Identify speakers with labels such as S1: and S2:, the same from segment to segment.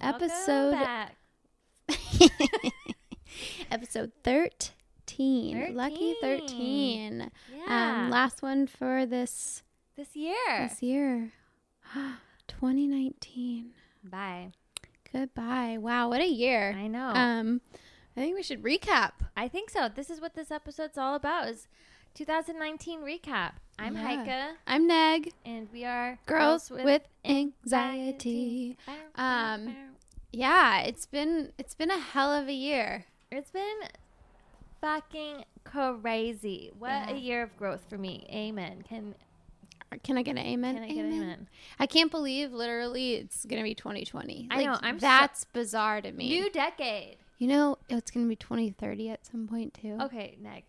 S1: episode
S2: back.
S1: episode 13, lucky
S2: 13.
S1: 13
S2: Yeah.
S1: um last one for this
S2: this year.
S1: this year 2019
S2: Bye.
S1: goodbye wow what a year
S2: I know.
S1: um i think we should recap
S2: I think so. This is what this episode's all about is 2019 recap. I'm
S1: Yeah.
S2: Heike
S1: i'm neg
S2: and we are
S1: girls, with, anxiety. Um, yeah it's been it's been a hell of a year
S2: It's been fucking crazy. What
S1: Yeah.
S2: a year of growth for me. Amen. Can
S1: can i get an amen
S2: can I get an amen?
S1: I can't believe literally it's gonna be 2020.
S2: I
S1: Like,
S2: know, I'm so-
S1: that's bizarre to me.
S2: New decade.
S1: you know it's gonna be 2030 at some point too.
S2: Okay, Nick.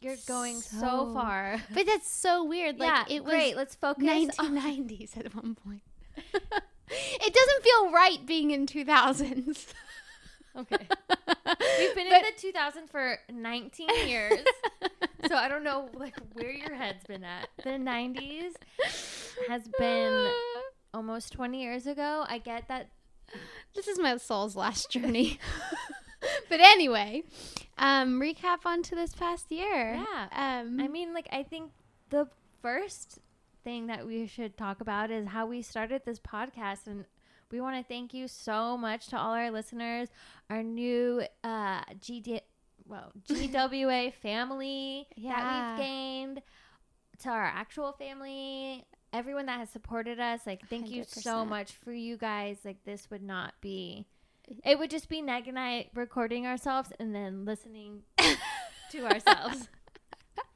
S2: You're
S1: That's
S2: going so,
S1: so-
S2: far.
S1: But that's so weird. Like
S2: yeah,
S1: it was
S2: great. Let's focus. on-
S1: 1990s at one point. it doesn't feel right being in 2000s.
S2: Okay. We've been in the 2000 for 19 years. so I don't know like where your head's been at. The 90s has been almost 20 years ago. I get that.
S1: this is my soul's last journey. but anyway, um, recap onto this past year.
S2: Yeah.
S1: Um,
S2: I mean, like I think the first thing that we should talk about is how we started this podcast and we want to thank you so much to all our listeners, our new uh GD well, GWA family that
S1: Yeah.
S2: we've gained, to our actual family, everyone that has supported us. Like, thank you so
S1: 100%.
S2: much for you guys. Like, this would not be, it would just be Neg and I recording ourselves and then listening to ourselves.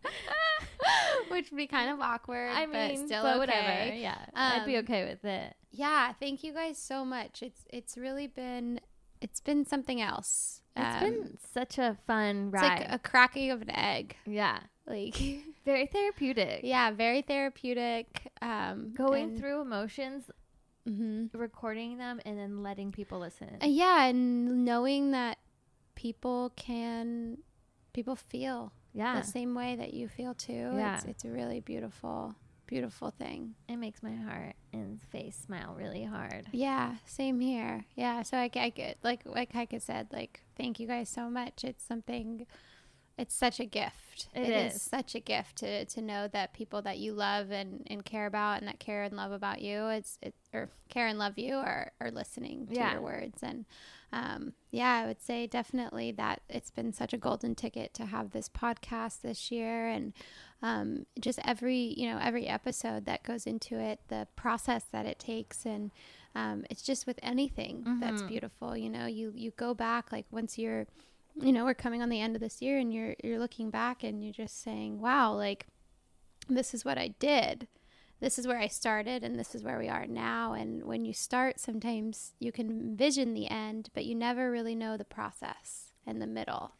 S1: which would be kind of awkward.
S2: I mean,
S1: but still
S2: but
S1: okay.
S2: whatever. Yeah, I'd be
S1: Um,
S2: okay with it.
S1: Yeah, thank you guys so much. It's it's really been it's been something else. Um,
S2: It's been such a fun
S1: it's
S2: ride.
S1: like a cracking of an egg.
S2: yeah,
S1: Like
S2: very therapeutic.
S1: yeah, very therapeutic. Um,
S2: Going
S1: and-
S2: through emotions,
S1: Mhm.
S2: recording them, and then letting people listen.
S1: Uh, yeah, and knowing that people can people feel
S2: yeah,
S1: the same way that you feel too.
S2: Yeah.
S1: It's, it's a really beautiful beautiful thing.
S2: it makes my heart and face smile really hard.
S1: Yeah, same here. Yeah, so I, I get like like Heike said, like thank you guys so much. It's something. It's such a gift.
S2: It is.
S1: such a gift to, to know that people that you love and, and care about and that care and love about you, it's it or care and love you are, are listening to
S2: Yeah.
S1: your words and um, yeah, I would say definitely that it's been such a golden ticket to have this podcast this year and um, just every you know every episode that goes into it the process that it takes and um, it's just with anything that's beautiful you know you you go back like once you're you know we're coming on the end of this year and you're you're looking back and you're just saying wow like this is what I did this is where I started and this is where we are now. And when you start, sometimes you can envision the end, but you never really know the process and the middle.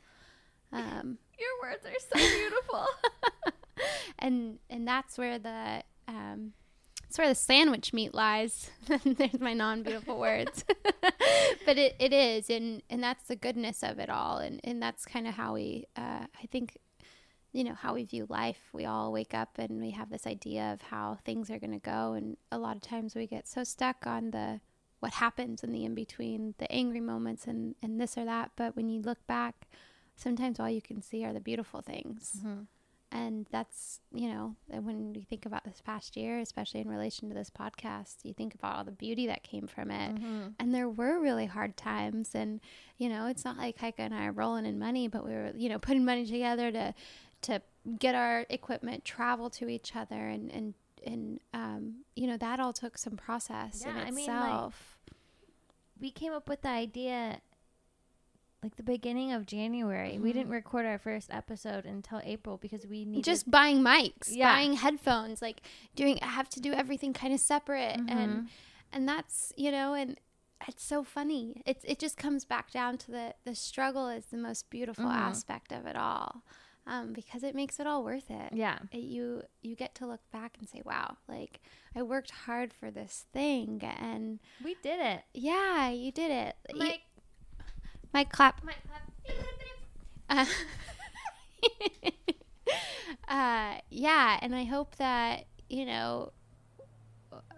S1: Um,
S2: Your words are so beautiful.
S1: and and that's where the um, that's where the sandwich meat lies. There's my non-beautiful words, but it, it is, and and that's the goodness of it all, and and that's kind of how we, uh, I think, you know, how we view life. We all wake up and we have this idea of how things are going to go, and a lot of times we get so stuck on the what happens in the in between, the angry moments, and and this or that. But when you look back, sometimes all you can see are the beautiful things
S2: Mm-hmm,
S1: and that's you know and when you think about this past year especially in relation to this podcast you think about all the beauty that came from
S2: Mm-hmm.
S1: it and there were really hard times and you know it's not like heike and i are rolling in money but we were you know putting money together to to get our equipment travel to each other and and and um, you know that all took some process
S2: Yeah, I
S1: in
S2: mean, like,
S1: itself
S2: we came up with the idea like the beginning of January. We didn't record our first episode until April because we needed
S1: just buying mics
S2: Yeah.
S1: buying headphones like doing i have to do everything kind of separate
S2: Mm-hmm.
S1: and and that's you know and it's so funny it, it just comes back down to the the struggle is the most beautiful aspect of it all um, because it makes it all worth it
S2: yeah.
S1: it- you you get to look back and say wow like i worked hard for this thing and
S2: We did it.
S1: yeah you did it You-
S2: Like
S1: Mike clap
S2: my
S1: uh, uh, yeah, and I hope that you know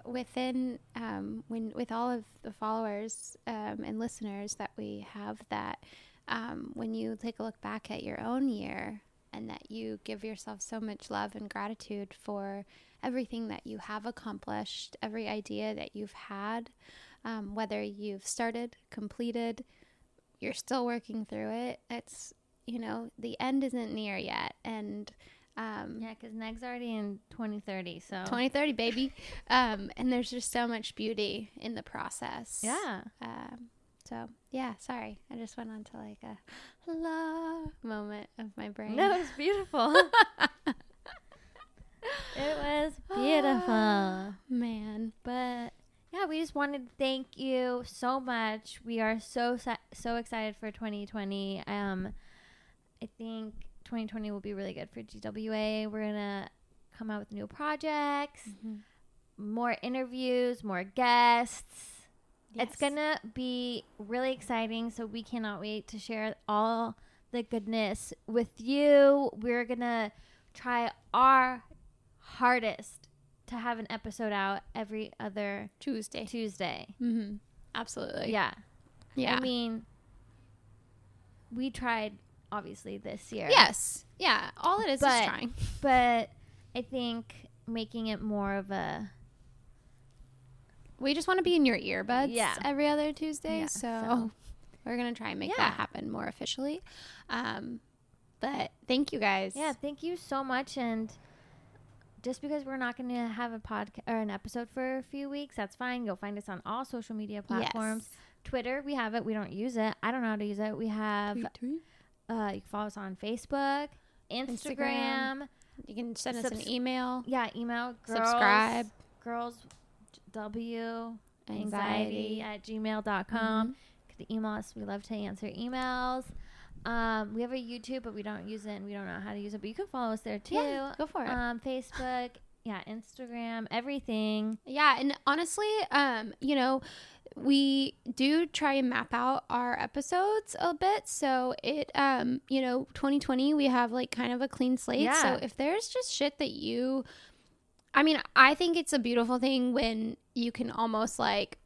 S1: within um, when with all of the followers um, and listeners that we have that um, when you take a look back at your own year and that you give yourself so much love and gratitude for everything that you have accomplished, every idea that you've had, um, whether you've started, completed, you're still working through it. It's you know the end isn't near yet, and um,
S2: Yeah, because Neg's already in 2030. So
S1: 2030 baby, um, and there's just so much beauty in the process.
S2: yeah,
S1: Um, so yeah, sorry, I just went on to like a la moment of my brain.
S2: no, it's beautiful. it was beautiful.
S1: man.
S2: But yeah, we just wanted to thank you so much. We are so sa- so excited for 2020. Um, I think 2020 will be really good for GWA. We're gonna come out with new projects, more interviews, more guests.
S1: Yes.
S2: It's gonna be really exciting. So we cannot wait to share all the goodness with you. We're gonna try our hardest to have an episode out every other
S1: Tuesday.
S2: Tuesday.
S1: Mm-hmm. Absolutely.
S2: yeah.
S1: Yeah.
S2: I mean, we tried obviously this year.
S1: yes. Yeah. All it is
S2: But-
S1: is trying.
S2: But I think making it more of a
S1: We just want to be in your earbuds
S2: Yeah.
S1: every other Tuesday.
S2: Yeah,
S1: so,
S2: so.
S1: we're going to try and make
S2: Yeah.
S1: that happen more officially. Um, but thank you guys.
S2: Yeah, thank you so much. And just because we're not going to have a podcast or an episode for a few weeks, that's fine. Go find us on all social media platforms. Twitter, we have it. We don't use it. I don't know how to use it. We have,
S1: Tweet, tweet.
S2: uh, you can follow us on Facebook, Instagram.
S1: Instagram. You can send us
S2: Subs-
S1: an email.
S2: Yeah, email. Girls,
S1: Subscribe.
S2: Girls, W, anxiety Mm-hmm.
S1: Anxiety.
S2: at gmail.com. Could email us. We love to answer emails. Um, we have a YouTube, but we don't use it and we don't know how to use it. But you can follow us there too.
S1: Yeah, go for it.
S2: Um, Facebook, yeah, Instagram, everything.
S1: Yeah, and honestly, um, you know, we do try and map out our episodes a bit. So it, um, you know, 2020 we have like kind of a clean slate.
S2: Yeah.
S1: So if there's just shit that you, I mean, I think it's a beautiful thing when you can almost like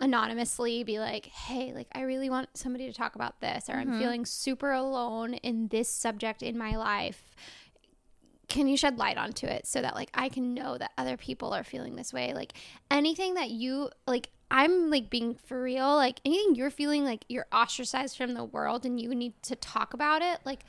S1: anonymously be like, hey, like I really want somebody to talk about this, or I'm feeling super alone in this subject in my life can you shed light onto it so that like I can know that other people are feeling this way? Like anything that you like I'm like being for real, like anything you're feeling like you're ostracized from the world and you need to talk about it, like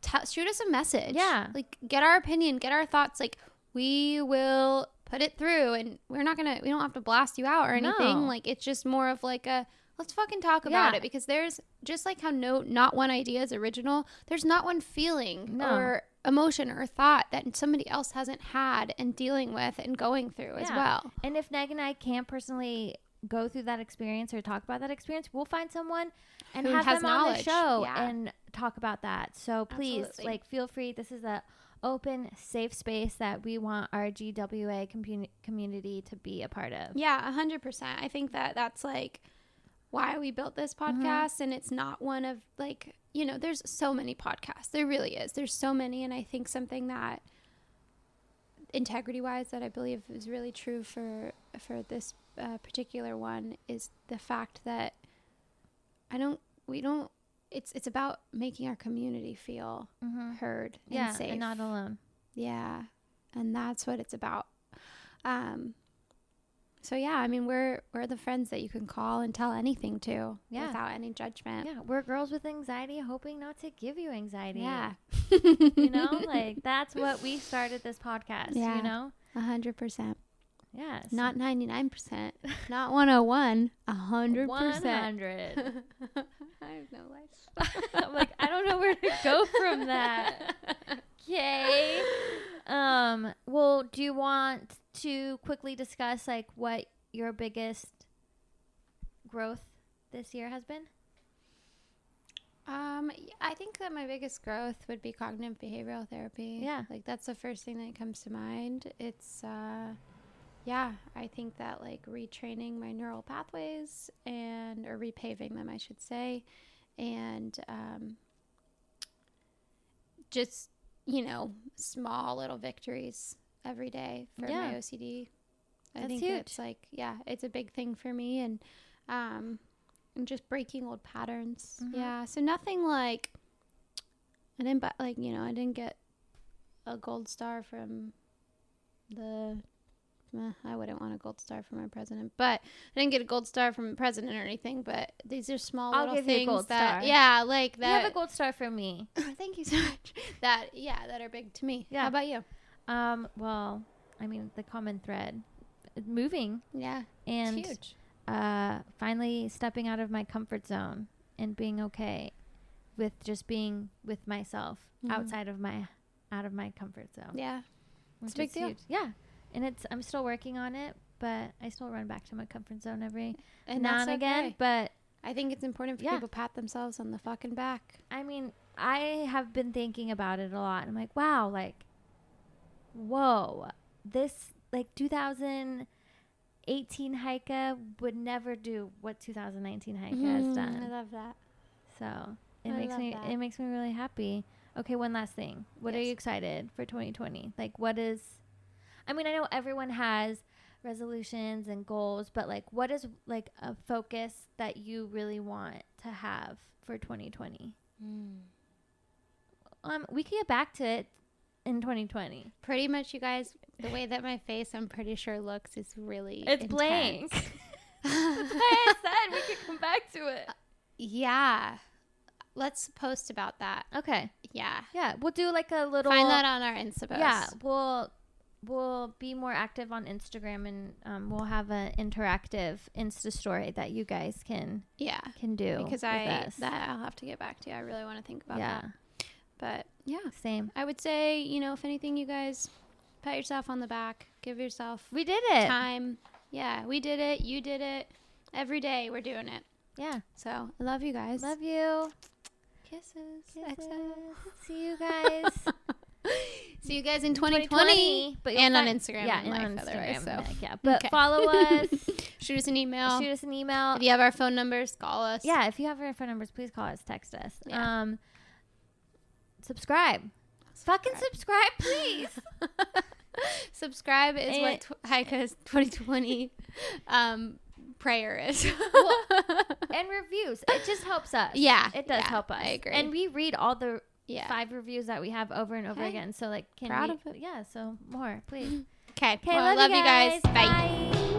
S1: t- shoot us a message.
S2: Yeah.
S1: Like get our opinion, get our thoughts like we will put it through and we're not going to we don't have to blast you out or anything.
S2: No.
S1: Like it's just more of like a let's fucking talk about
S2: Yeah.
S1: it because there's just like how no not one idea is original, there's not one feeling
S2: No.
S1: or emotion or thought that somebody else hasn't had and dealing with and going through as
S2: Yeah.
S1: well.
S2: And if Neg and I can't personally go through that experience or talk about that experience, we'll find someone and
S1: Who
S2: have
S1: has
S2: them on the
S1: knowledge.
S2: show
S1: Yeah.
S2: and talk about that. So please,
S1: Absolutely.
S2: like, feel free. This is a open, safe space that we want our GWA commu- community to be a part of.
S1: Yeah, 100%. I think that that's like why we built this podcast
S2: Mm-hmm.
S1: and it's not one of like, you know, there's so many podcasts. There really is. There's so many and I think something that integrity wise that I believe is really true for for this uh, particular one is the fact that I don't we don't it's it's about making our community feel
S2: hmm
S1: heard and
S2: Yeah,
S1: safe.
S2: and not alone.
S1: yeah. And that's what it's about. Um so yeah, I mean we're we're the friends that you can call and tell anything to
S2: Yeah.
S1: without any judgment.
S2: Yeah, we're girls with anxiety, hoping not to give you anxiety.
S1: Yeah.
S2: you know, like that's what we started this podcast.
S1: Yeah.
S2: You know,
S1: A hundred percent.
S2: yes,
S1: Not ninety nine percent. Not one oh one. A hundred
S2: one
S1: percent.
S2: hundred.
S1: I have no life.
S2: I'm like, I don't know where to go from that. Okay. Um. Well, do you want to quickly discuss like what your biggest growth this year has been?
S1: Um, y- I think that my biggest growth would be cognitive behavioral therapy.
S2: Yeah.
S1: Like that's the first thing that comes to mind. It's uh yeah, I think that like retraining my neural pathways and or repaving them I should say and um just, you know, small little victories every day for
S2: Yeah.
S1: my OCD I
S2: That's
S1: think
S2: huge.
S1: it's like yeah, it's a big thing for me and um and just breaking old patterns.
S2: Mhm.
S1: Yeah. So nothing like I didn't but like, you know, I didn't get a gold star from the eh, I wouldn't want a gold star from our president, but I didn't get a gold star from the president or anything. But these are small
S2: I'll
S1: little
S2: give you a
S1: things
S2: gold
S1: that,
S2: star.
S1: yeah, like
S2: you have
S1: that.
S2: a gold star from me.
S1: thank you so much. That yeah, that are big to me.
S2: Yeah.
S1: How about you?
S2: Um, well, I mean the common thread, moving
S1: Yeah,
S2: and
S1: it's huge.
S2: uh, finally stepping out of my comfort zone and being okay with just being with myself
S1: Mhm.
S2: outside of my out of my comfort zone.
S1: Yeah.
S2: which
S1: a big
S2: is
S1: deal.
S2: Yeah, and it's I'm still working on it, but I still run back to my comfort zone every
S1: and
S2: now
S1: that's
S2: and again.
S1: okay.
S2: But
S1: I think it's important for
S2: Yeah.
S1: people to pat themselves on the fucking back.
S2: I mean, I have been thinking about it a lot. I'm like, wow, like, whoa, this like 2018 Haika would never do what 2019 Haika has
S1: Mm-hmm. I
S2: done.
S1: love that.
S2: So it
S1: I
S2: makes
S1: love
S2: me
S1: that.
S2: it makes me really happy. Okay, one last thing. What are
S1: Yes.
S2: you excited for 2020? Like, what is? I mean, I know everyone has resolutions and goals, but like, what is like a focus that you really want to have for 2020? Mm. Um, we could get back to it in 2020.
S1: Pretty much, you guys, the way that my face, I'm pretty sure, looks is really
S2: It's
S1: intense.
S2: blank. That's why I said we could come back to it.
S1: yeah. Let's post about that.
S2: Okay.
S1: Yeah.
S2: Yeah, we'll do like a little.
S1: Find that on our Insta post.
S2: Yeah, we'll we'll be more active on Instagram, and um, we'll have an interactive Insta story that you guys can
S1: Yeah.
S2: can do
S1: Because
S2: with
S1: I
S2: us.
S1: that I'll have to get back to you. I really want to think about
S2: yeah
S1: that. But yeah,
S2: same.
S1: I would say you know if anything, you guys pat yourself on the back, give yourself
S2: We did it.
S1: time. Yeah, we did it. You did it. Every day we're doing it.
S2: Yeah,
S1: So I love you guys.
S2: love you.
S1: kisses.
S2: Kisses.
S1: XO.
S2: See you guys.
S1: See you guys in 2020.
S2: but
S1: and
S2: you'll
S1: on
S2: find-
S1: Instagram
S2: Yeah,
S1: and
S2: and on
S1: Life otherwise,
S2: Instagram.
S1: so.
S2: and like, yeah, but
S1: Okay.
S2: follow us.
S1: Shoot us an email.
S2: shoot us an email.
S1: if you have our phone numbers, call us.
S2: Yeah, if you have our phone numbers, please call us, text us.
S1: Yeah.
S2: Um, subscribe. Fucking subscribe, please.
S1: Subscribe is
S2: And-
S1: what tw- Haika's 2020 um, prayer is.
S2: and reviews. It just helps us.
S1: yeah.
S2: It does
S1: yeah,
S2: help us.
S1: I agree.
S2: And we read all the
S1: yeah.
S2: five reviews that we have over and over
S1: Hey,
S2: again. So like can
S1: proud
S2: we,
S1: of it.
S2: Yeah, so more, please.
S1: Okay.
S2: Okay,
S1: well, I love you guys. Bye.
S2: Bye.